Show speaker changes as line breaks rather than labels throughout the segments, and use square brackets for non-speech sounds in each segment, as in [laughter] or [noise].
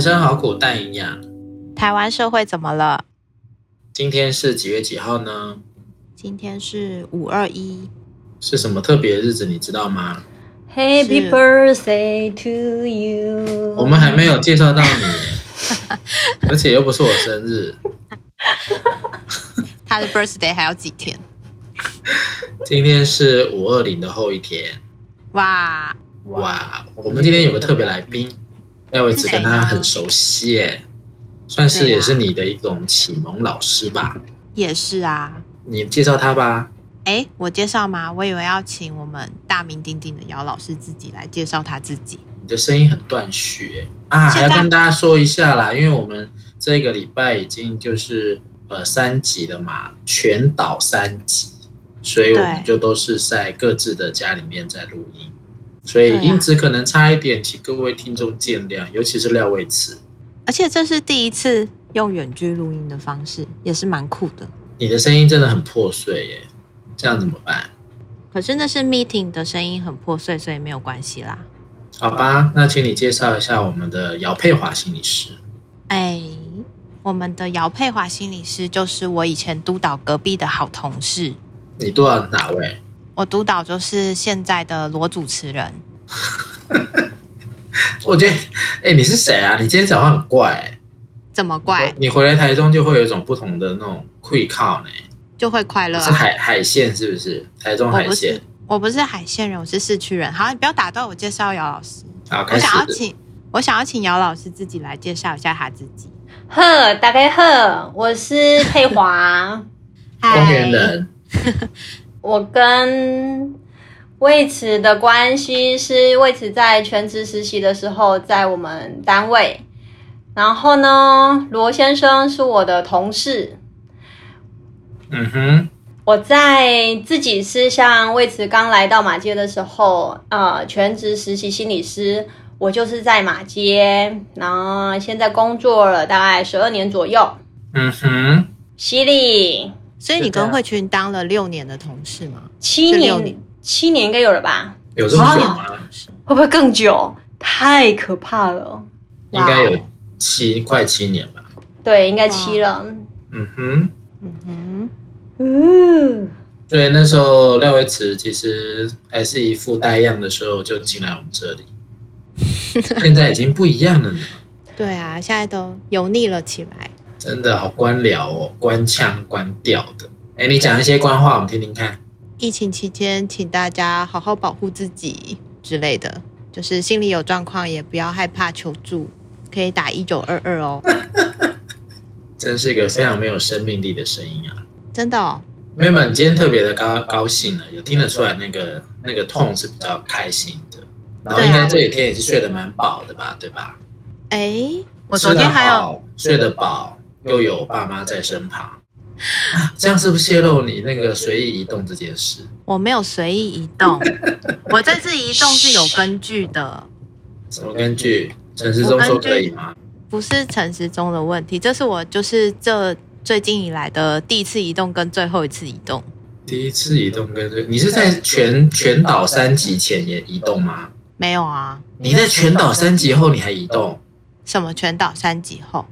生好苦但营养。
台湾社会怎么了？
今天是几月几号呢？
今天是五二一，
是什么特别的日子？你知道吗？
是
Happy birthday to you！
我们还没有介绍到你， [laughs] 而且又不是我生日。
他的 birthday 还有几天？
今天是五二零的后一天。
哇，
哇，我们今天有个特别来宾，哎，我一直跟他很熟悉耶，算是
对啊
也是你的一种启蒙老师吧。
也是啊。
你介绍他吧。
哎，我介绍吗？我以为要请我们大名鼎鼎的姚老师自己来介绍他自己。
你的声音很断续耶啊，还
现在
要跟大家说一下啦，因为我们这个礼拜已经就是呃三级了嘛，全岛三级，所以我们
对
就都是在各自的家里面在录音，所以
对啊
音质可能差一点，请各位听众见谅，尤其是廖伟慈，
而且这是第一次用远距录音的方式，也是蛮酷的。
你的声音真的很破碎耶，这样怎么办？
可是那是 meeting 的声音很破碎，所以没有关系啦。
好吧，那请你介绍一下我们的姚佩华心理师。
哎，我们的姚佩华心理师就是我以前督导隔壁的好同事，
你多少哪位？
我督导就是现在的罗主持人。
我觉得，哎、你是谁啊？你今天讲话很怪、欸。
怎么怪
你回来台中就会有一种不同的那种愧靠呢，
就会快乐
是
啊？
海海鲜是不是？台中
我
海
不是
鲜。，
我不是海鲜人，我是市区人。好，你不要打断我介绍姚老师。
好，
我
开始
想。要请，我想要请姚老师自己来介绍一下他自己。
呵，大家好，我是佩华， [laughs]
公园人，
我跟魏慈的关系是魏慈在全职实习的时候在我们单位，然后呢，罗先生是我的同事，
嗯哼，
我在自己是像魏慈刚来到马街的时候，呃，全职实习心理师，我就是在马街，然后现在工作了大概十二年左右。
嗯哼，
犀利，
所以你
是的
跟慧群当了六年的同事吗？
七
是六
年
年，
七年应该有了吧？
有这么久吗？
会不会更久？太可怕了。
应该有七快七年吧。
对，应该七了。
嗯哼，
嗯哼，
嗯，
所以那时候廖维慈其实还是一副呆样的时候就进来我们这
[laughs]
里，现在已经不一样了呢，
对啊，现在都油腻了起来。
真的好官僚哦，官腔官调的。哎，你讲一些官话，我们听听看。
疫情期间，请大家好好保护自己之类的，就是心里有状况也不要害怕求助，可以打一九二二哦。
真是一个非常没有生命力的声音啊。
真的哦，
妹们今天特别的高高兴了，有听得出来那个那个痛是比较开心的，然后应该这几天也是睡得蛮饱的吧，对吧？
哎，我昨天
吃得
还有
好睡得饱，又有爸妈在身旁，啊这样是不是泄露你那个随意移动这件事？
我没有随意移 [laughs] 动，我这次移动是有根据的，
什么根据？陈时中说可以吗？
不是陈时中的问题，这是我就是这最近以来的第一次移动跟最后一次移动。
第一次移动跟你是在全全岛三级前也移动吗？
没有啊，
你在全岛三级后你还移动？
什么全岛三级后，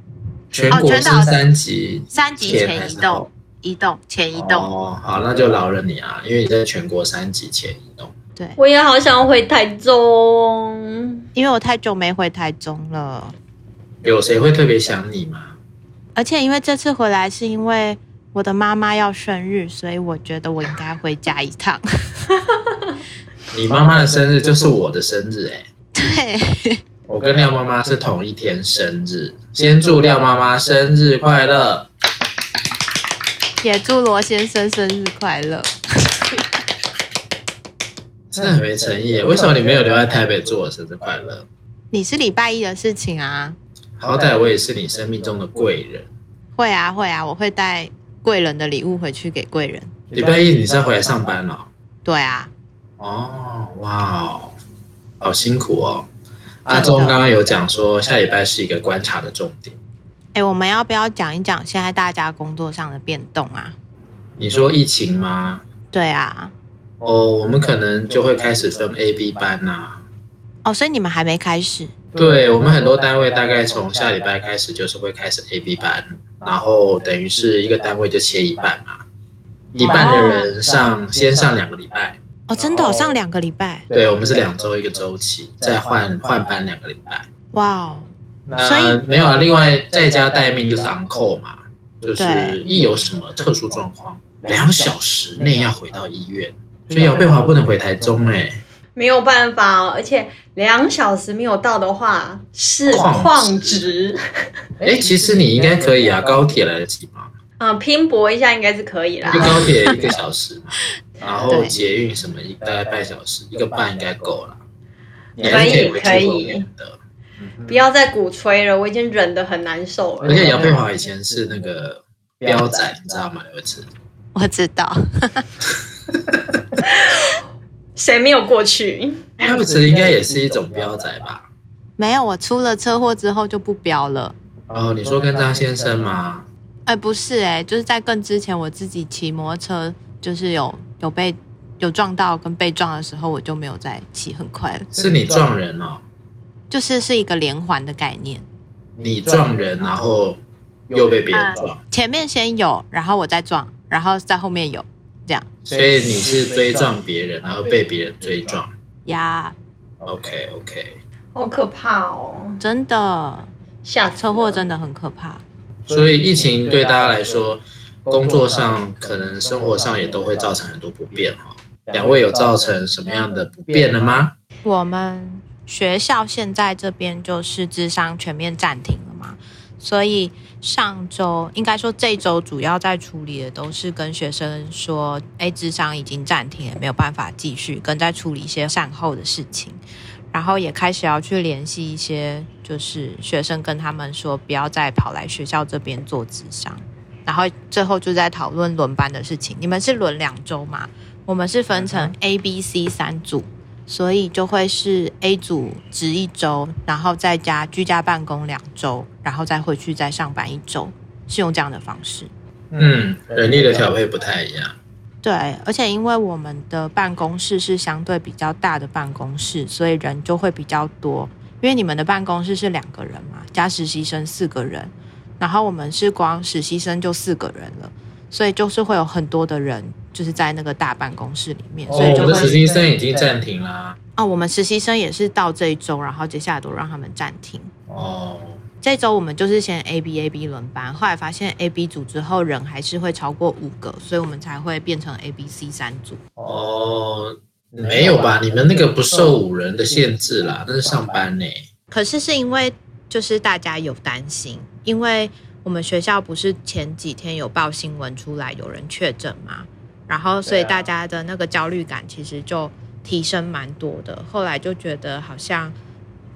全国
哦全
是
岛
三级
三级
还
前移
是后
动，移动前移动，
哦，好，那就饶了你啊，因为你在全国三级前移动。
对，
我也好想回台中。
因为我太久没回台中了。
有谁会特别想你吗？
而且因为这次回来是因为我的妈妈要生日，所以我觉得我应该回家一趟。 [laughs]
你妈妈的生日就是我的生日哎、
对，
我跟廖妈妈是同一天生日。先祝廖妈妈生日快乐！
也祝罗先生生日快乐。
真的很没诚意耶，为什么你没有留在台北祝我生日快乐？
你是礼拜一的事情啊？
好歹我也是你生命中的贵人。
会啊会啊，我会带贵人的礼物回去给贵人。
礼拜一你是要回来上班了、
对啊，
哦，哇哦，好辛苦哦。阿忠刚刚有讲说，下礼拜是一个观察的重点。
哎，我们要不要讲一讲现在大家工作上的变动啊？
你说疫情吗？
对啊，
哦哦，我们可能就会开始分 A、B 班呐、
哦，所以你们还没开始？
对我们很多单位大概从下礼拜开始就是会开始 A B 班，然后等于是一个单位就切一半嘛，一半的人上先上两个礼拜，
哦，真的哦、上两个礼拜，
对我们是两周一个周期，再换换班两个礼拜。
哇哦，所
那
以
没有啊，另外在家待命就是 uncle 嘛，就是
对
一有什么特殊状况，两小时内要回到医院，所以姚贝华不能回台中哎、
没有办法哦，而且两小时没有到的话是
旷
旷
职
职，
哎、其实你应该可以啊，高铁来得及吗？
嗯，拼搏一下应该是可以啦
就。高铁一个小时
[laughs]
嘛，然后
对
捷运什么一大概半小时，一个半应该够了。你
可
还
以
是以回
可以
去后面的。嗯
不要再鼓吹了，我已经忍得很难受
而
了。
且杨佩华以前是那个标仔，你知道吗？有一次，
我知道，
谁没有过去？
标子应该也是一种标仔吧？
没有，我出了车祸之后就不飙了。
哦，你说跟张先生吗？
哎，不是哎、就是在更之前，我自己骑摩托车，就是有有被有撞到跟被撞的时候，我就没有再骑很快了，
是你撞人哦，
就是是一个连环的概念。
你撞人，然后又被别人
啊
撞，
前面先有，然后我再撞，然后在后面有，这样
所以你是追撞别人，然后被别人追撞。
呀
OK OK，
好可怕哦！
真的
下次
车祸真的很可怕。
所以疫情对大家来说，工作上可能生活上也都会造成很多不便哦。两位有造成什么样的不便了吗？
我们学校现在这边就是智商全面暂停了嘛，所以上周应该说这周主要在处理的都是跟学生说，哎，智商已经暂停了，没有办法继续，跟在处理一些善后的事情，然后也开始要去联系一些就是学生，跟他们说不要再跑来学校这边做智商。然后最后就在讨论轮班的事情。你们是轮两周嗯嘛？我们是分成 A、B、C 三组，所以就会是 A 组值一周，然后在家居家办公两周，然后再回去再上班一周，是用这样的方式。
嗯，人力的调配不太一样。
对，而且因为我们的办公室是相对比较大的办公室，所以人就会比较多。因为你们的办公室是两个人嘛，加实习生四个人，然后我们是光实习生就四个人了，所以就是会有很多的人就是在那个大办公室里面，
哦
所以
哦，
就
我们
会
的实习生已经暂停啦。
啊、我们实习生也是到这一周，然后接下来都让他们暂停。
哦，
这周我们就是先 A B A B 轮班，后来发现 A B 组之后人还是会超过五个，所以我们才会变成 A B C 三组。
哦，没有吧？你们那个不受五人的限制啦，那是上班呢。
可是是因为就是大家有担心，因为我们学校不是前几天有报新闻出来有人确诊嘛，然后所以
对啊
大家的那个焦虑感其实就提升蛮多的。后来就觉得好像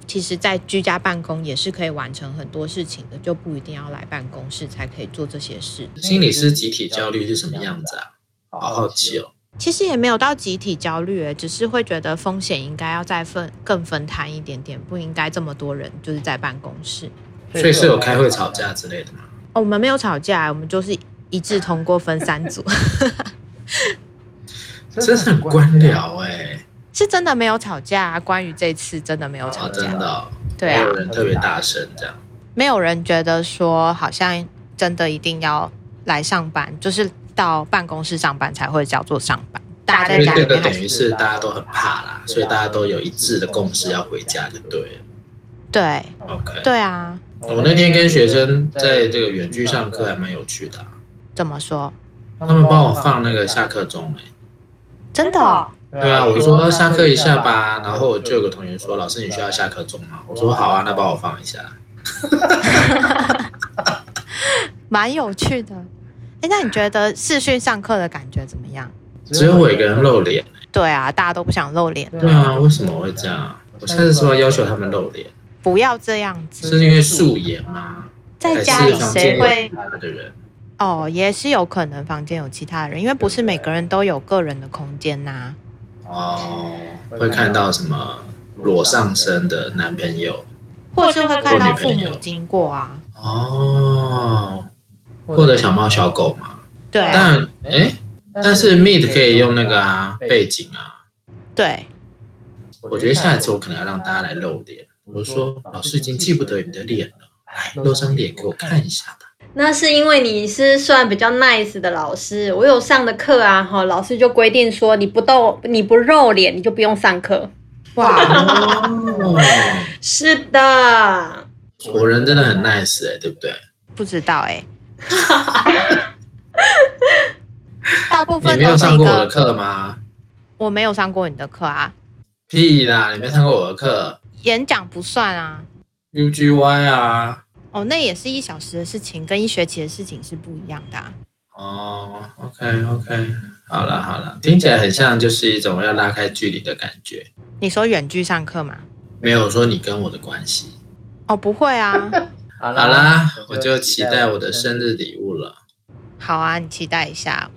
其实，在居家办公也是可以完成很多事情的，就不一定要来办公室才可以做这些事。
心理师集体焦虑是什么样子啊？好好奇哦。
其实也没有到集体焦虑欸，只是会觉得风险应该要再分更分摊一点点，不应该这么多人就是在办公室。
所以是有开会吵架之类的吗？
哦，我们没有吵架，我们就是一致通过分三组， [laughs]
真的很官僚哎。
是真的没有吵架、啊关于这次真的没有吵
哦，
架，
真的哦，
对
没
啊
有，人特别大声这样。
没有人觉得说好像真的一定要来上班，就是到办公室上班才会叫做上班，大家
因为
在家
这
里
个
面
等
还
于
是
是大家都很怕啦，所以大家都有一致的共识要回家就对了。
对
OK，
对啊，
哦我那天跟学生在这个远距上课还蛮有趣的啊、
怎么说？
他
他们帮我放那个下，课钟哎、
真的哦、
对啊，我说呃下课一下吧，然后我就有个同学说老师你需要下课钟吗？我说好啊，那帮我放一下。
蛮有趣的。哎，那你觉得视讯上课的感觉怎么样？
只有我一个人露脸，
对啊，大家都不想露脸，
对啊，为什么会这样？我下次是不是要要求他们露脸？
不要这样子，
是因为素颜吗？
在
还
家里
是啊房
谁
间有
会？
其他的人？
哦，也是有可能房间有其他人，因为不是每个人都有个人的空间呐、
哦，会看到什么裸上身的男朋友？
或是会看到父母经过啊。
哦，或者小猫小狗嘛。
对啊，
但哎、但是 Meet 可以用那个啊背景啊。
对，
我觉得下一次我可能要让大家来露脸，我说：“老师已经记不得你的脸了，来露张脸给我看一下吧。
那是因为你是算比较 nice 的老师，我有上的课啊，哈，老师就规定说你不露你不露脸，你就不用上课。
哇，
[laughs] 哦”
是的，
果人真的很 nice 哎、对不对？
不知道 [laughs] 哎、大部
你
分
没
都
有
是
上
一
过我的
个，
课吗？
我没有上过你的课啊，
屁啦，你没上过我的课
演讲不算啊。
，UGY 啊。
哦，那也是一小时的事情，跟一学期的事情是不一样的、啊。
哦，OK OK，好了好了，听起来很像就是一种要拉开距离的感觉。
你说远距上课吗？
没有说你跟我的关系。
哦，不会啊。
好
好啦，我就期待我的生日礼物了。
[laughs] 好啊，你期待一下。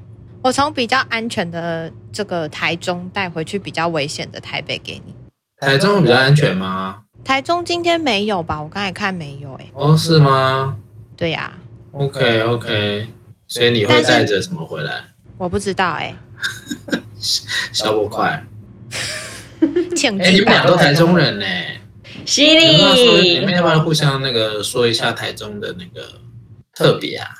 我从比较安全的这个台中带回去比较危险的台北给你。
台中比较安全吗？
台中今天没有吧？我刚才看没有诶、
哦，是吗
对啊呀、
？OK 哦 OK，所以你会带着什么回来？
我不知道欸诶、
小波块。
庆
哎，你
祝
们俩
吧。
都台中人呢、
犀
你们要说你
利
们，要不要互相那个说一下台中的那个特别啊？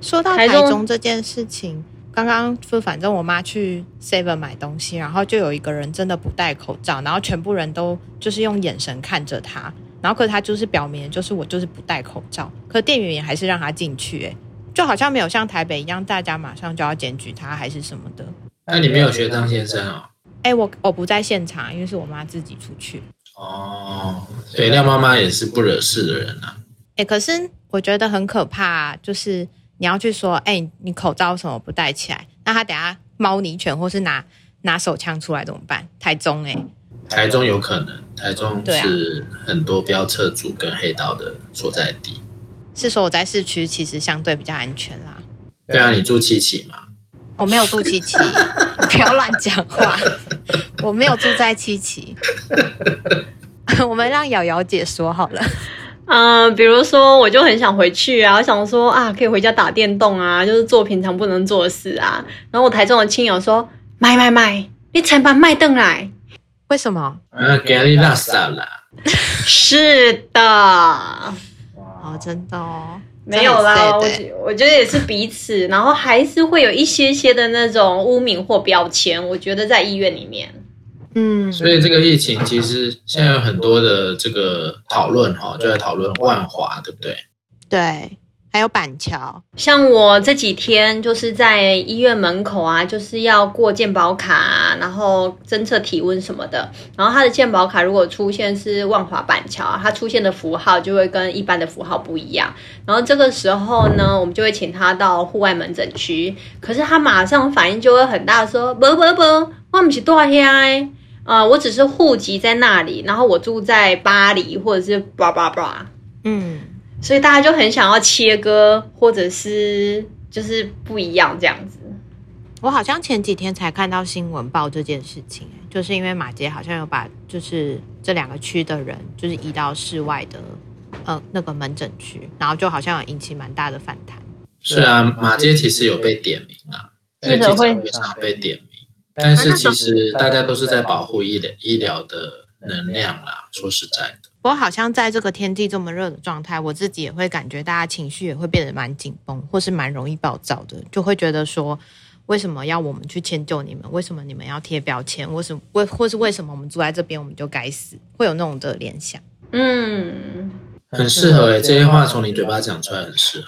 说到台
台中
中这件事情，刚刚就反正我妈去 Seven 买东西，然后就有一个人真的不戴口罩，然后全部人都就是用眼神看着他，然后可是他就是表明就是我就是不戴口罩，可店员也还是让他进去、哎，就好像没有像台北一样，大家马上就要检举他还是什么的。
那你没有学张先生哦？
哎、我我不在现场，因为是我妈自己出去。
哦，所以廖妈妈也是不惹事的人啊。
哎、可是我觉得很可怕、啊就是你要去说，哎、你口罩什么不戴起来，那他等下猫你一拳，或是拿拿手枪出来怎么办？台中哎、
台中有可能，台中
对啊
是很多飙车族跟黑道的所在地。
是说我在市区其实相对比较安全啦。
对啊，你住七期嘛？
我没有住七期， [laughs] 不要乱讲话。我没有住在七期， [laughs] 我们让瑶瑶姐说好了。
嗯、比如说我就很想回去啊，我想说啊，可以回家打电动啊，就是做平常不能做的事啊。然后我台中的亲友说，买买买，你才把麦邓来。
为什么？
啊，给你拉萨啦！
是的，
哦，真的哦，
没有
这
啦，
很
我
sad 欸
觉我觉得也是彼此，然后还是会有一些些的那种污名或标签。我觉得在医院里面，
嗯，
所以这个疫情其实现在有很多的这个讨论哈，就在讨论万华，对不对？
对，还有板桥，
像我这几天就是在医院门口啊，就是要过健保卡啊、然后侦测体温什么的。然后它的健保卡如果出现是万华板桥啊，它出现的符号就会跟一般的符号不一样。然后这个时候呢，我们就会请他到户外门诊区，可是他马上反应就会很大，说不不不，我不是住遐，呃，我只是户籍在那里，然后我住在巴黎或者是叭叭叭。
嗯，
所以大家就很想要切割，或者是就是不一样这样子。
我好像前几天才看到新闻报这件事情，就是因为马街好像有把就是这两个区的人就是移到室外的呃那个门诊区，然后就好像有引起蛮大的反弹。
是啊，马街其实有被点名啊，在
记
记者
者会
会啊上被点名，但是其实大家都是在保护医疗医疗的能量啦。说实在的，
不过好像在这个天气这么热的状态，我自己也会感觉大家情绪也会变得蛮紧绷，或是蛮容易暴躁的，就会觉得说，为什么要我们去迁就你们？为什么你们要贴标签？为什么为或是为什么我们住在这边我们就该死？会有那种的联想。
嗯，
很适合诶、这些话从你嘴巴讲出来很适合。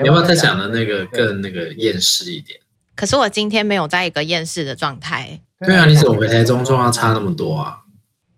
你要不要再讲的那个更那个厌世一点？
可是我今天没有在一个厌世的状态，
对啊，你怎么回台中状况差那么多啊？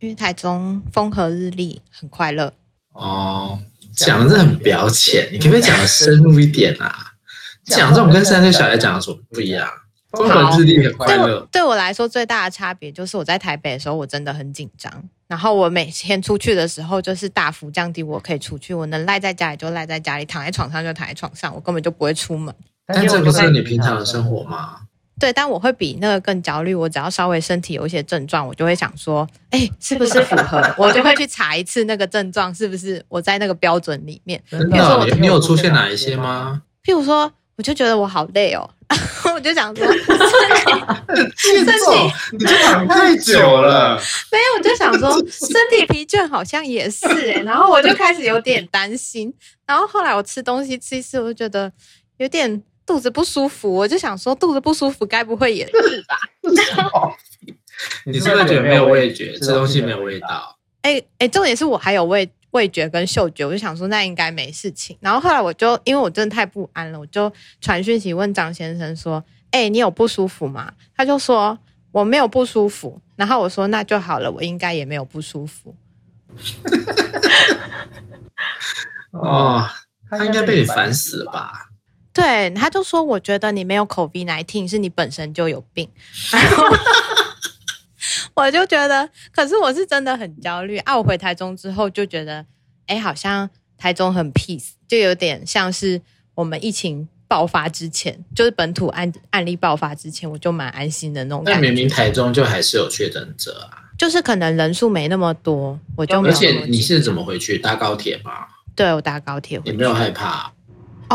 因为台中风和日丽，很快乐。
哦，讲的是很表浅，你可不可以讲的深入一点啊？ [laughs] 讲这种跟三岁小孩讲的什么不一样？中文智力很快
对
乐
我，对我来说最大的差别就是我在台北的时候我真的很紧张，然后我每天出去的时候就是大幅降低我可以出去，我能赖在家里就赖在家里，躺在床上就躺在床上，我根本就不会出门。
但这不是你平常的生活？吗？
对，但我会比那个更焦虑。我只要稍微身体有一些症状，我就会想说，哎，是不是符合？ [laughs] 我就会去查一次那个症状是不是我在那个标准里面。
真
真
的
比如说
哦，
我
你你有出现哪一些？吗？
[laughs] 譬如说，我就觉得我好累哦，我就想说，
欠哦，你这躺太久了，
没有，我就想说身体疲倦好像也是、欸， [laughs] 然后我就开始有点担心，然后后来我吃东西吃一次，我就觉得有点肚子不舒服，我就想说肚子不舒服该不会也是吧？
[laughs] 你真的觉得没有味觉， [laughs] 吃东西没有味道。
哎、哎、重点是我还有味味觉跟嗅觉，我就想说那应该没事情。然后后来我就因为我真的太不安了，我就传讯息问张先生说：“哎、你有不舒服吗？”他就说我没有不舒服。然后我说那就好了，我应该也没有不舒服。
哦，他应该被你烦死了？吧？
对，他就说我觉得你没有 COVID nineteen，是你本身就有病。然后我就觉得，可是我是真的很焦虑啊！我回台中之后就觉得，哎，好像台中很 peace，就有点像是我们疫情爆发之前，就是本土案案例爆发之前，我就蛮安心的那种
但
感
明
觉。
明台中就还是有确诊者啊，
就是可能人数没那么多，我就没
而
有那么
且你
紧
是怎么回去？搭高铁吗？
对我搭高铁回
你
去
没有害怕啊、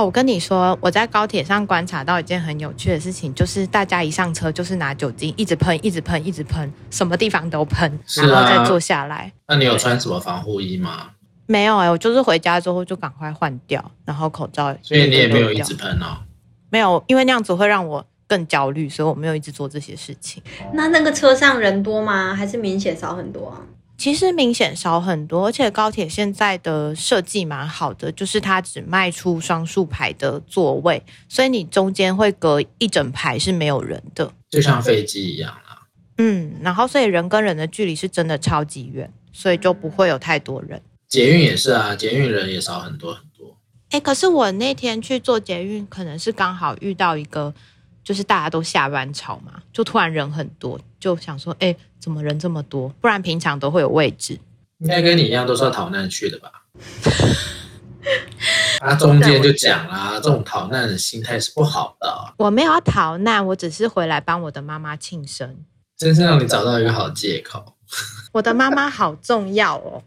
哦，我跟你说，我在高铁上观察到一件很有趣的事情，就是大家一上车就是拿酒精一直喷，一直喷，一直喷，什么地方都喷，
是啊
然后再坐下来。
那你有穿什么防护衣吗？
没有哎、我就是回家之后就赶快换掉，然后口罩。
所以你也没有一直喷哦。
没有，因为那样子会让我更焦虑，所以我没有一直做这些事情。
那那个车上人多吗？还是明显少很多啊？
其实明显少很多，而且高铁现在的设计蛮好的，就是它只卖出双数排的座位，所以你中间会隔一整排是没有人的。
就像飞机一样啊。
嗯，然后所以人跟人的距离是真的超级远，所以就不会有太多人。
捷运也是啊，捷运人也少很多很多。
哎，可是我那天去做捷运，可能是刚好遇到一个，就是大家都下班潮嘛，就突然人很多，就想说，哎，怎么人这么多？不然平常都会有位置。
应该跟你一样都是要逃难去的吧？他中间就讲啦、这种逃难的心态是不好的啊、
我没有要逃难，我只是回来帮我的妈妈庆生。
真是让你找到一个好借口，
我的妈妈好重要哦，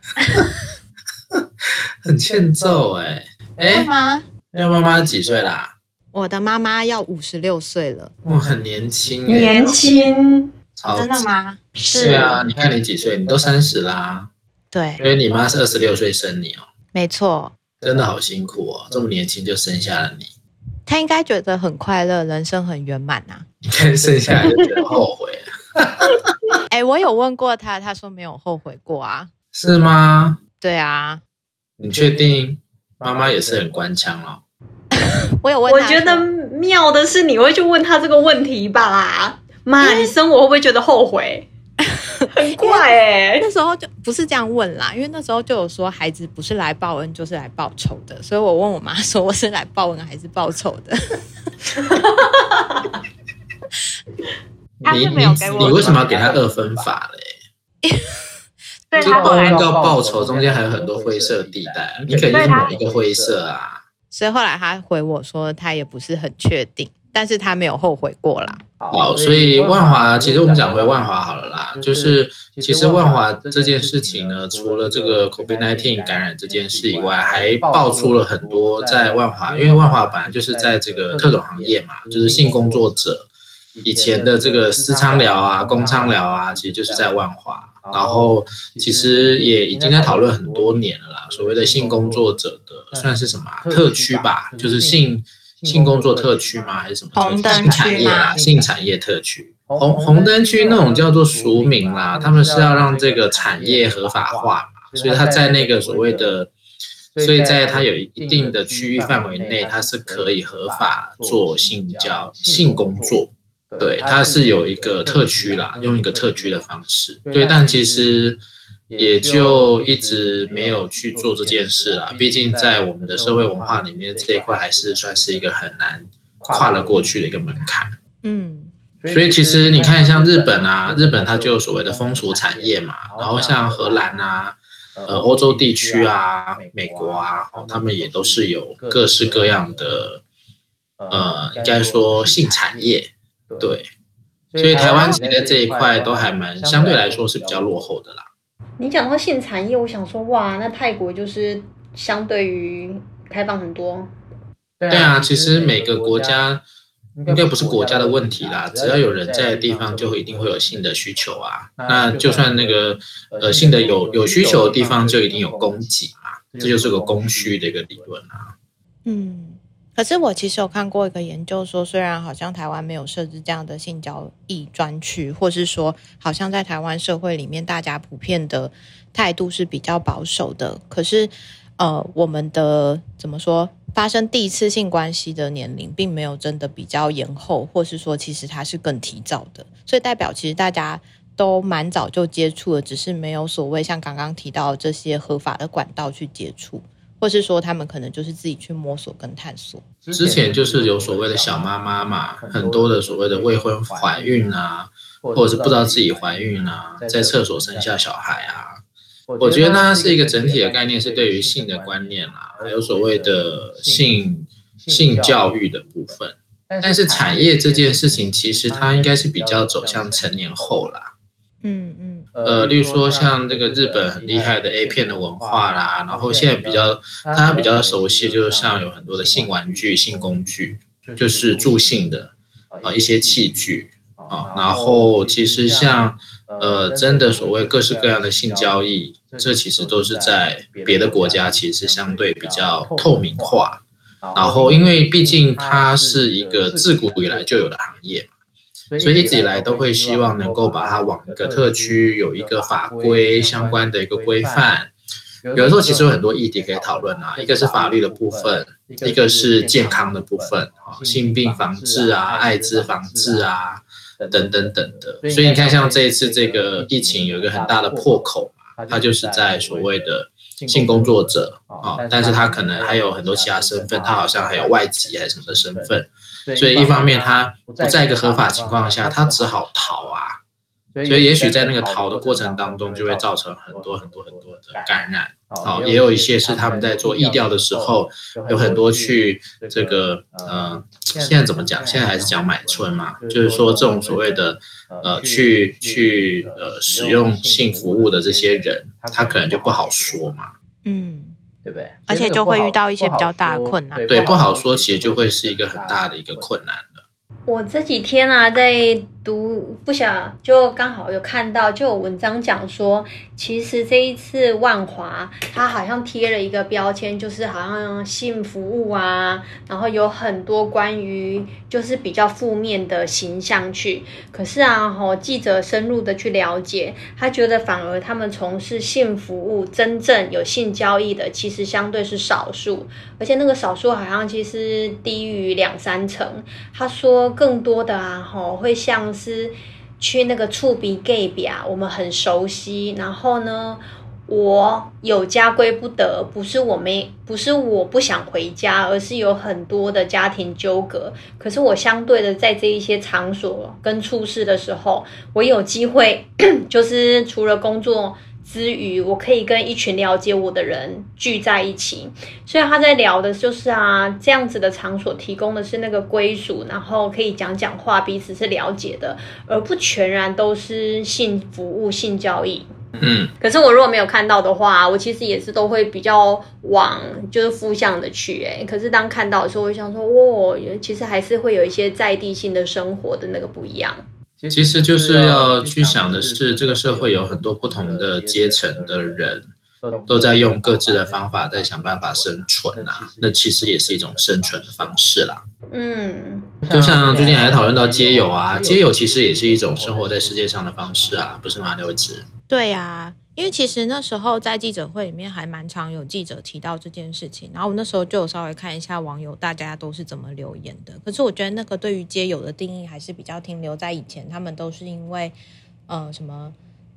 很欠揍哎、哎、
吗？
那妈妈几岁啦？
我的妈妈要五十六岁了，
哇，很年轻哎、
年轻
超级
吗？
是啊，你看你几岁？你都三十啦，
对，
因为你妈是二十六岁生你哦，
没错，
真的好辛苦哦，这么年轻就生下了你，
她应该觉得很快乐，人生很圆满啊。
你看生下来就觉得后悔了，
哎、我有问过他，他说没有后悔过啊。
是吗？
对啊，
你确定？妈妈也是很官腔哦。
我有问
我
他说，
觉得妙的是，你会去问他这个问题吧？妈，你生我会不会觉得后悔？很怪哎、
那时候就不是这样问啦，因为那时候就有说孩子不是来报恩就是来报仇的，所以我问我妈说我是来报恩还是报仇的。 [laughs] 他
你
是
你
没有给我
你为什么要给他二分法嘞？
对
就
他后
报
来
恩，到报仇中间还有很多灰色地带，啊你肯定是某一个灰色啊。
所以后来他回我说他也不是很确定，但是他没有后悔过啦。
好，所以万华，其实我们讲回万华好了啦，就是其实万华这件事情呢，除了这个 COVID-19 感染这件事以外，还爆出了很多在万华，因为万华本来就是在这个特种行业嘛，就是性工作者以前的这个私娼寮啊、公娼寮啊，其实就是在万华，然后其实也已经在讨论很多年了啦。所谓的性工作者的算是什么啊、特区吧，就是性性工作特区吗？还是什么特区？
红灯
性产
区
业
吗
啦，性产业特区。红
红
红灯区那种叫做俗名啦，他们是要让这个产业合法化嘛，所以他在那个所谓的，所以在它有一定的区域范围内，它是可以合法做性交、性工作。对，它是有一个特区啦，用一个特区的方式。对，但其实也就一直没有去做这件事啦。毕竟在我们的社会文化里面，这一块还是算是一个很难跨了过去的一个门槛。
嗯，
所以其实你看，像日本啊，日本它就有所谓的风俗产业嘛，然后像荷兰啊、呃欧洲地区啊、美国啊，哦他们也都是有各式各样的呃，应该说性产业。对，所以台湾其实在这一块都还蛮相对来说是比较落后的啦。
你讲到性产业，我想说，哇，那泰国就是相对于开放很多，
对
对啊，其实每个国家啊应该不是国家的问题啦，只要有人在的地方，就一定会有性的需求啊。那就算那个呃性的有有需求的地方，就一定有供给嘛，这就是个供需的一个理论啊。
嗯，可是我其实有看过一个研究说，虽然好像台湾没有设置这样的性交易专区，或是说好像在台湾社会里面大家普遍的态度是比较保守的，可是呃，我们的怎么说，发生第一次性关系的年龄并没有真的比较延后，或是说其实它是更提早的，所以代表其实大家。都蛮早就接触了，只是没有所谓像刚刚提到这些合法的管道去接触，或是说他们可能就是自己去摸索跟探索。
之前就是有所谓的小妈妈嘛，很多的所谓的未婚怀孕啊，或者是不知道自己怀孕啊，在厕所生下小孩啊。我觉得它是一个整体的概念，是对于性的观念啦、啊，还有所谓的性性教育的部分。但是产业这件事情，其实它应该是比较走向成年后啦。
嗯嗯，
呃，例如说像这个日本很厉害的 A 片的文化啦，然后现在比较大家比较熟悉，就是像有很多的性玩具、性工具，就是助性的啊、呃、一些器具啊、呃，然后其实像呃真的所谓各式各样的性交易，这其实都是在别的国家其实相对比较透明化，然后因为毕竟它是一个自古以来就有的行业。所以一直以来都会希望能够把它往一个特区有一个法规相关的一个规范。有的时候其实有很多议题可以讨论啊，一个是法律的部分，一个是健康的部分啊，性病防治啊、艾滋防治啊等等等的。所以你看，像这一次这个疫情有一个很大的破口嘛，它就是在所谓的性工作者啊，但是他可能还有很多其他身份，他好像还有外籍还是什么的身份。所以一方面，他不在一个合法情况下，他只好逃啊。所以也许在那个逃的过程当中，就会造成很多很多很多的感染。好，也有一些是他们在做疫调的时候，有很多去这个呃，现在怎么讲？现在还是讲买春嘛，就是说这种所谓的呃，去去呃使用性服务的这些人，他可能就不好说嘛。
嗯。
对不对？
而且就会遇到一些比较大的困难，
对，不好说，其实就会是一个很大的一个困难了。
我这几天啊，在读不想就刚好有看到，就有文章讲说，其实这一次万华，它好像贴了一个标签，就是好像性服务啊，然后有很多关于就是比较负面的形象去。可是啊，吼，记者深入的去了解，他觉得反而他们从事性服务真正有性交易的，其实相对是少数，而且那个少数好像其实低于两三成。他说更多的啊，吼会。像是去那个触鼻 gay 表，我们很熟悉。然后呢，我有家归不得，不是我没，不是我不想回家，而是有很多的家庭纠葛。可是我相对的，在这一些场所跟处事的时候，我有机会， [clears throat] 就是除了工作之余，我可以跟一群了解我的人聚在一起。所以他在聊的就是啊，这样子的场所提供的是那个归属，然后可以讲讲话，彼此是了解的，而不全然都是性服务、性交易。
嗯，
可是我如果没有看到的话，我其实也是都会比较往就是负向的去、欸。哎，可是当看到的时候，我想说，哦，其实还是会有一些在地性的生活的那个不一样。
其实就是要去想的是，这个社会有很多不同的阶层的人。都在用各自的方法在想办法生存啊，那其实也是一种生存的方式啦。
嗯，
就像最近还讨论到街友啊，街友其实也是一种生活在世界上的方式啊，不是吗？刘子？
对啊，因为其实那时候在记者会里面还蛮常有记者提到这件事情，然后我那时候就有稍微看一下网友大家都是怎么留言的。可是我觉得那个对于街友的定义还是比较停留在以前，他们都是因为呃什么。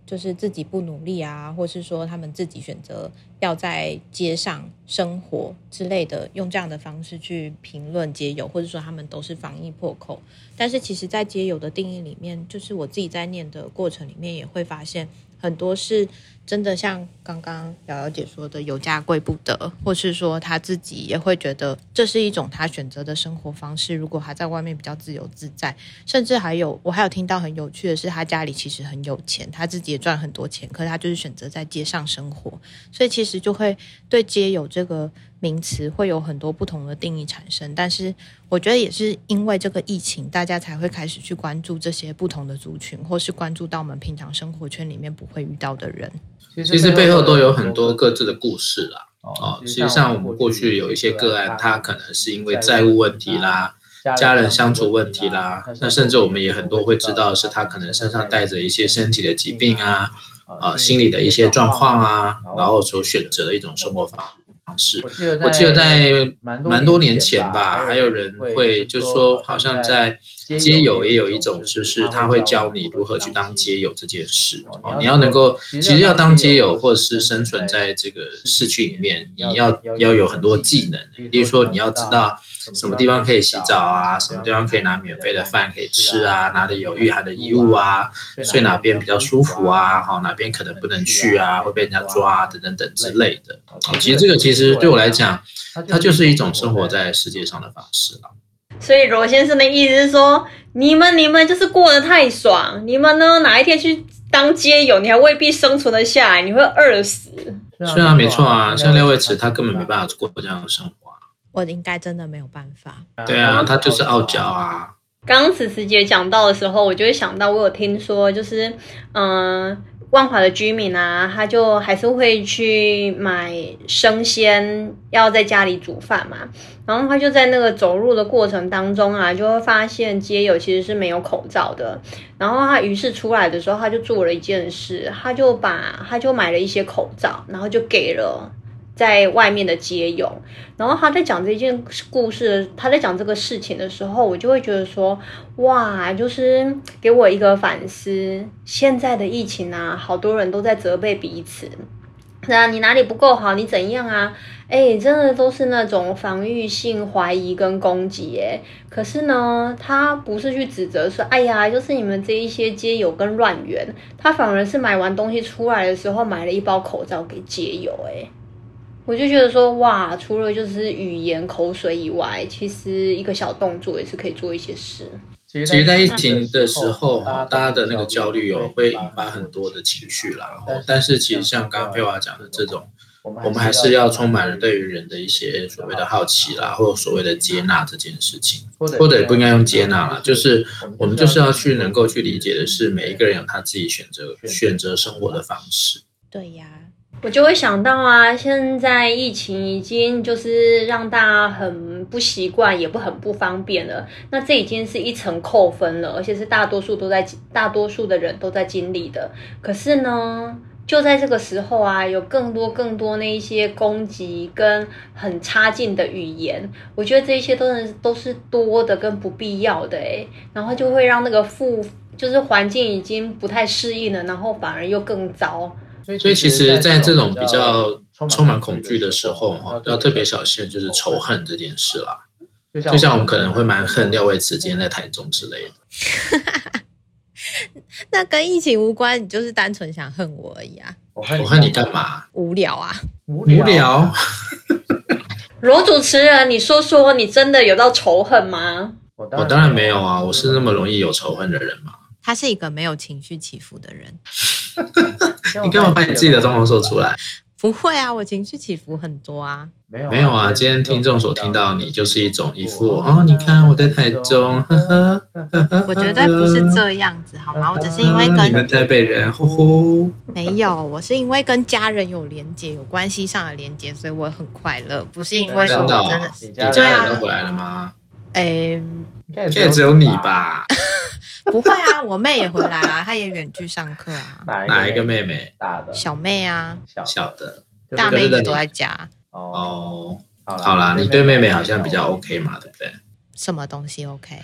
就是自己不努力啊，或是说他们自己选择要在街上生活之类的，用这样的方式去评论街友，或者说他们都是防疫破口。但是其实，在街友的定义里面，就是我自己在念的过程里面也会发现，很多是真的像刚刚瑶瑶姐说的，有家贵不得，或是说他自己也会觉得这是一种他选择的生活方式。如果他在外面比较自由自在，甚至还有我还有听到很有趣的是，他家里其实很有钱，他自己。赚很多钱，可是他就是选择在街上生活，所以其实就会对街友这个名词会有很多不同的定义产生，但是我觉得也是因为这个疫情，大家才会开始去关注这些不同的族群，或是关注到我们平常生活圈里面不会遇到的人。
其实背后都有很多各自的故事啦。哦，其实像我们过去有一些个案，啊他可能是因为债务问题啦、家人相处问题啦，那甚至我们也很多会知道是啊他可能身上带着一些身体的疾病啊、啊、呃、心理的一些状况啊，然后所选择的一种生活方式。啊我记得在蛮多年前吧，还有人会就说，好像在街友也有一种，就是他会教你如何去当街友这件事哦。你要能够，其实要当街友或者是生存在这个市区里面，你要要有很多技能，比如说你要知道什么地方可以洗澡啊，什么地方可以拿免费的饭可以吃啊，哪里有御寒的衣物啊，睡哪边比较舒服啊，好哪边可能不能去啊，会被人家抓啊，等等等之类的。其实这个其实对我来讲，它就是一种生活在世界上的方式了。
所以罗先生的意思是说，你们你们就是过得太爽，你们呢哪一天去当街友，你还未必生存得下来，你会饿死。
是啊，没错啊，像廖伟慈他根本没办法过这样的生活、啊。
我应该真的没有办法。
对啊，他就是傲娇啊。
刚刚此时姐讲到的时候，我就会想到我有听说，就是嗯。呃万华的居民啊，他就还是会去买生鲜，要在家里煮饭嘛。然后他就在那个走路的过程当中啊，就会发现街友其实是没有口罩的。然后他于是出来的时候，他就做了一件事，他就把他就买了一些口罩，然后就给了在外面的街友。然后他在讲这件故事，他在讲这个事情的时候，我就会觉得说。哇，就是给我一个反思。现在的疫情啊，好多人都在责备彼此。那你哪里不够好？你怎样啊？哎，真的都是那种防御性怀疑跟攻击。哎，可是呢，他不是去指责说，哎呀，就是你们这一些街友跟乱源，他反而是买完东西出来的时候买了一包口罩给街友。哎。我就觉得说，哇，除了就是语言口水以外，其实一个小动作也是可以做一些事。
其实，在疫情的时候，哈，大家的那个焦虑哦，会引发很多的情绪啦。哦但是，其实像刚刚佩华讲的这种，我们还是要充满了对于人的一些所谓的好奇啦，或所谓的接纳这件事情，或者也不应该用接纳啦，就是啊我们就是要去能够去理解的是，每一个人有他自己选择选择生活的方式。
对呀。
我就会想到啊，现在疫情已经就是让大家很不习惯，也不很不方便了。那这已经是一层扣分了，而且是大多数都在大多数的人都在经历的。可是呢，就在这个时候啊，有更多更多那一些攻击跟很差劲的语言，我觉得这些都是都是多的跟不必要的诶、欸，然后就会让那个负就是环境已经不太适应了，然后反而又更糟。
所以其实，在这种比较充满恐惧的时候，哦哈，要特别小心，就是仇恨这件事啦。就像我们可能会蛮恨廖伟慈今天在台中之类的。
那跟疫情无关，你就是单纯想恨我而已啊！
我恨你干嘛？
无聊啊！
哎无聊。
罗主持人，你说说，你真的有到仇恨吗？
我当然没有啊！我是那么容易有仇恨的人吗？
他是一个没有情绪起伏的人。
你干嘛把你自己的状况说出来？
不会啊，我情绪起伏很多啊。
没有啊，今天听众所听到你就是一种一副哦，你看我在台中，呵呵呵呵。
我绝对不是这样子，好吗？我只是因为跟
你们台北人，呼呼。
没有，我是因为跟家人有连接，有关系上的连接，所以我很快乐，不是因为说我真的是。
哦
啊
你家人都回来了吗？
哎，
现在只有你吧。
[laughs] 不会啊，我妹也回来啦、啊，她也远距上课啊。
哪一个妹妹？
大的
小妹啊，
小的
大妹都在家。
哦，好啦，你对妹妹好像比较 OK 嘛，对不对？
什么东西 OK？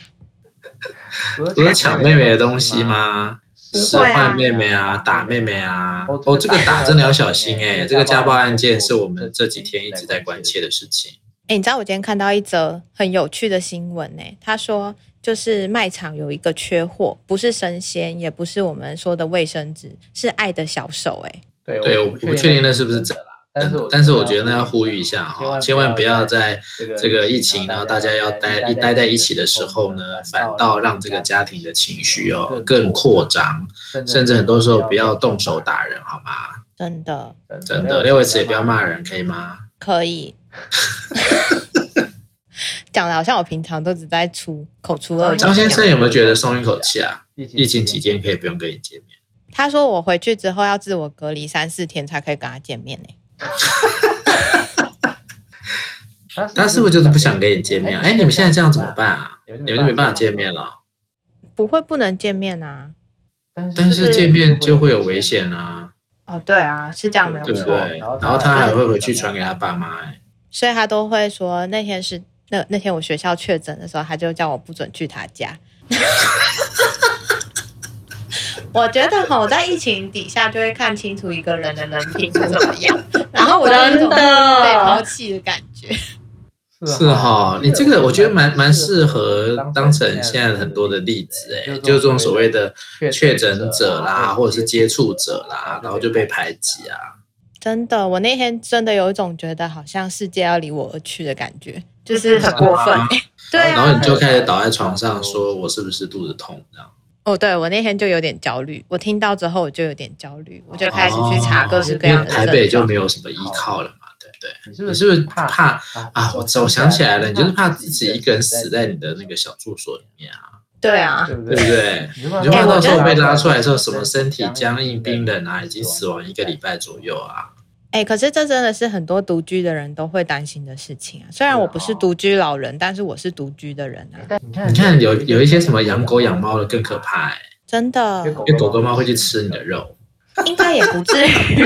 不是抢妹妹的东西吗？使唤妹妹啊，打妹妹啊！哦，这个打真的要小心哎、欸，这个家暴案件是我们这几天一直在关切的事情。
哎，你知道我今天看到一则很有趣的新闻呢、欸，他说。就是卖场有一个缺货，不是生鲜，也不是我们说的卫生纸，是爱的小手、欸。
哎，对，我不确定那是不是真的啦，但是但是我觉得那要呼吁一下哈，千万不要在这个疫情然后大家要待一待在一起的时候呢，反倒让这个家庭的情绪哦更扩张，甚至很多时候不要动手打人，好吗？
真的，
真的，廖伟慈也不要骂人，可以吗？
可以。 [laughs] 讲的好像我平常都只在出口出恶言。
张先生有没有觉得松一口气啊？疫情期间可以不用跟你见面。
他说我回去之后要自我隔离三四天才可以跟他见面呢、
他是不是就是不想跟你见面啊？哎、你们现在这样怎么办啊？
你
你们就没办法见面了，
不会不能见面啊？
但是见面就会有危，险啊，
哦，对啊，是这样没有
对不
错。
对？然后他还会回去传给他爸妈、哎，
所以他都会说那天是那那天我学校确诊的时候，他就叫我不准去他家。 [laughs] 我觉得哈，我在疫情底下就会看清楚一个人的人品是怎么样，然后我就有一种
真的
被抛弃的感觉。
啊
是哈、你这个我觉得蛮蛮适合当成现
现在
在很多的例子、哎，就是这种所谓的确诊者啦，或者是接触者啦，然后就被排挤啊。
真的，我那天真的有一种觉得好像世界要离我而去的感觉，就是很过分。 [laughs] 对
然后
啊
你，就开始倒在床上说：“我是不是肚子痛？”这样。
哦，对我那天就有点焦虑，我听到之后我就有点焦虑，我就开始去查各式各样的
哦
症状。
台北就没有什么依靠了嘛，对不对？你是不是怕啊？我我想起来了，你就是怕自己一个人死在你的那个小住所里面啊，
对啊，
对不
对不？对？
你就
你就怕
怕
到
到
时
时
候
候
被
被
拉
拉
出
出
来
来
的时
的时
候，什
候，什
么
么
身
身
体
体
僵
僵
硬、
硬、
冰
冰
冷
冷
啊，
啊，
已
已
经
经
死
死
亡
亡
一
一
个
个
礼
礼拜。
拜左右啊。
哎、可是这真的是很多独居的人都会担心的事情啊。虽然我不是独居老人，但是我是独居的人啊，
你看有有一些什么养狗养猫的更可怕、欸，
真的
因为狗
因为狗跟猫会去吃你的肉。
应该也不 [laughs] 至于。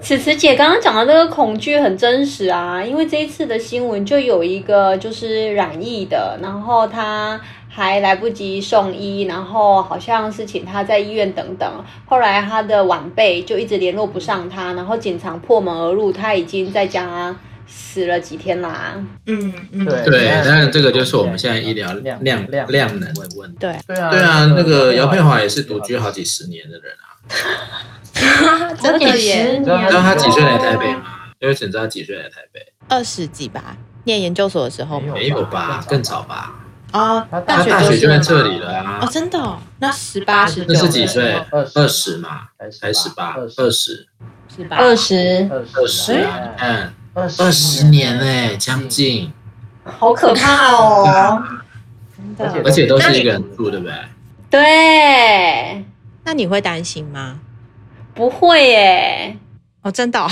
此慈姐刚刚讲的那个恐惧很真实啊，因为这一次的新闻就有一个就是染疫的，然后他还来不及送医，然后好像是请他在医院等等，后来他的晚辈就一直联络不上他，然后警察破门而入，他已经在家死了几天啦。
嗯嗯，
对
对，当然这个就是我们现在医疗量量能的问题。
对啊，
对啊
对
对
啊
啊，，
那个
那个
姚
姚
佩
佩
华
华
也
也
是
是
独
独
居
居
好
好
几十年的人啊。
真的耶！
知道
你知道他
他
几
几
岁
岁
来
来
台
台
北
北
吗？因为你知道他几岁来台北？
二十几吧，念研究所的时候嘛。
没
没有吧，更早吧？
哦，
他
大
大
学
学
就是
就在这
了吗
里了
哦，
啊。
真的、哦？那十八、十九
那是几岁？二
二
十嘛，
还
还
十
十
八
八？
二，
二十，
是吧？
二十，
二
二
十
十
啊！你
啊，
看，二
二
十
十
年
年
嘞、
嘞，
将
将近
近，
好可怕 [laughs] 哦！
真
而
的？
且都是一个人住，对不对？
对，
那你会担心吗？
不会耶。
哦，真的、哦？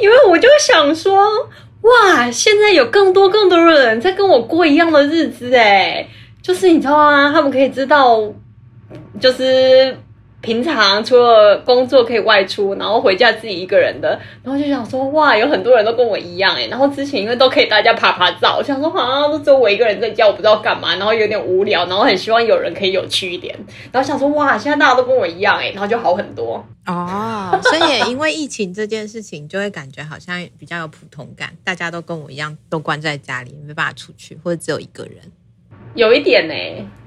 因为我就想说，哇，现在有更多更多的人在跟我过一样的日子，哎，就是你知道吗？他们可以知道，就是平常除了工作可以外出，然后回家自己一个人的，然后就想说，哇，有很多人都跟我一样，哎，然后之前因为都可以大家爬爬照，我想说好像都只有我一个人在家，我不知道干嘛，然后有点无聊，然后很希望有人可以有趣一点，然后想说，哇，现在大家都跟我一样，哎，然后就好很多。
哦，所以也因为疫情这件事情，就会感觉好像比较有普通感，大家都跟我一样，都关在家里，没办法出去，或者只有一个人。
有一点呢、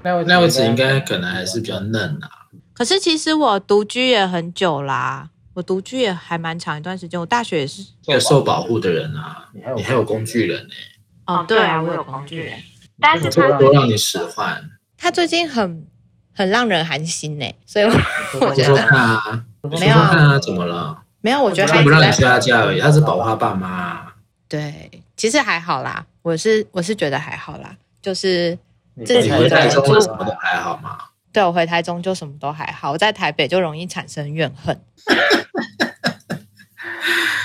那
那
位
位
置
置
应
应
该
该
可
可
能
能
还
还
是
是
比
比
较
较
嫩啊。
可是其实我独居也很久啦，我独居也还蛮长一段时间。我大学也是，
要受保护的人啊，你
你
还
还
有
有
工
工
具
具
人欸呢、
哦，对啊，我有工具人。
但
欸，
是
这
他
都让你使唤，
他最近很很让人寒心呢，所以我
我
说
觉
说
得
看啊，
没有
说说看
啊
啊，怎么了？
没有，我觉得
他
哦他一
不
直
让
在
你去他家而已，他是保护他爸妈、啊。
对，其实还好啦，我是我是觉得还好啦，就是
自
对
你
己
回
回
台
台
中
中
了
了
什
什
么
么
都
的，
还好嘛？
对我回台中就什么都还好，我在台北就容易产生怨恨。
啊，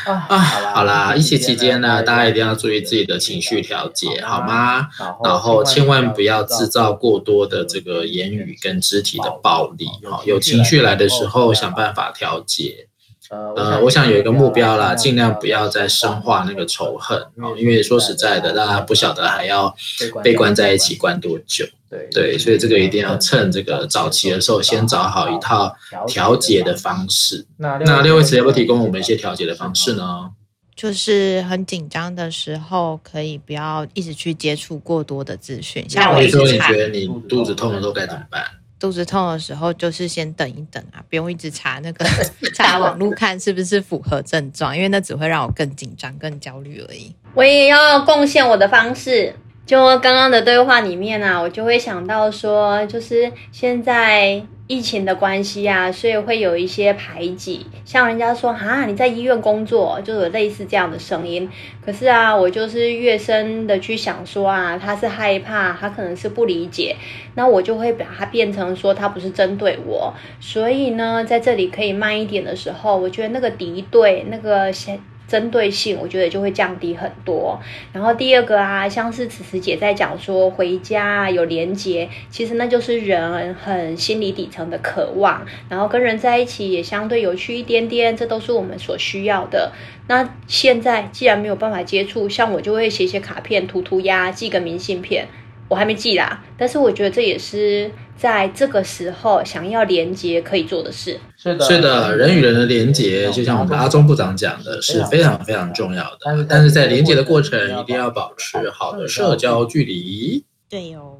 啊，
好
好
啦，
啦，
疫
疫
情
情
期
期
间
间
呢，
呢，
大
大
家
家
一
一
定
定
要
要
注
注
意
意
自
自
己
己
的
的
情
情
绪
绪
调
调
节，
节，
好
好
吗
吗？？
然
然
后
后
哦千
千
万
万
不
不
要
要
制
制
造
造
过
过
多
多
的
的
这
这
个
个
言
言
语
语
跟
跟
肢
肢
体
体
的
的
暴
暴
力
力。
哦
哦，
有
有
情
情
绪
绪
来
来
的
的
时
时
候，
候
想
想
办
办
法调节。
呃
呃，，我
我
想
想
有一
有一
个
个
目
目
标
标
啦，
啦，
尽
尽
量
量
不
不
要
要
再
再
深
深
化
化
那
那
个
个
仇
仇
恨
恨
哦
哦，
因
因
为
为
说
说
实
实
在
在
的，
的，
大
大
家
家
不
不
晓
晓
得
得
还
还
要
要
被
被
关
关
在
在
一
一
起
起
关
关
多
多
久
久。。
对，
对，
所
所
以
以
这
这
个
个
一
一
定
定
要
要
趁
趁
这
这
个
个
早
早
期
期
的
的
时
时
候，
候
先
先
找
找
好
好
一
一
套
套
调
调
节
节
的
的
方
方
式
式。。
那六
那六
位
位
词
词
有没
有
有
没有
提
提
供我
供我
们
们
一
一
些
些
调
调
节
节
的
的
方
方
式
式
呢
呢？
就是很紧张的时候，可以不要一直去接触过多的资讯。像
那
我
比
一
如说，
直
你
查
觉得你肚子痛的时候该怎么办？
肚子痛的时候，就是先等一等啊，不用一直查 [laughs] 那个查网络看是不是符合症状，因为那只会让我更紧张、更焦虑而已。
我也要贡献我的方式。就刚刚的对话里面啊，我就会想到说，就是现在疫情的关系啊，所以会有一些排挤。像人家说啊，你在医院工作，就有类似这样的声音。可是啊，我就是越深的去想说啊，他是害怕，他可能是不理解，那我就会把它变成说他不是针对我。所以呢，在这里可以慢一点的时候，我觉得那个敌对那个先。针对性，我觉得就会降低很多。然后第二个啊，像是此时姐在讲说回家啊有连结，其实那就是人很心理底层的渴望，然后跟人在一起也相对有趣一点点，这都是我们所需要的。那现在既然没有办法接触，像我就会写写卡片、涂涂鸦、寄个明信片，我还没寄啦，但是我觉得这也是在这个时候想要连接可以做的事。
是的，是的人与人的连结，就像我们的阿忠部长讲的，是非常非常重要的。但是在连接的过程，一定要保持好的社交距离。
对哦，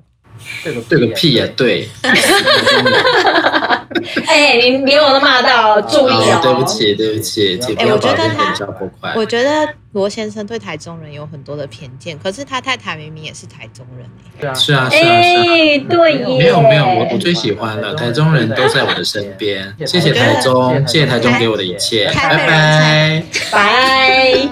对个对个 [laughs] 屁呀、啊！对。
[laughs] 哎欸，你连我都骂到，注意哦！
对不起，对不起，请不要把这个笑破快。
我觉得罗先生对台中人有很多的偏见，可是他太太明明也是台中人
哎、欸。是啊，是啊，是啊。
欸、对耶。
没有没有，我我最喜欢了，台中人都在我的身边，谢谢台中，谢谢台中给我的一切，拜拜，
拜。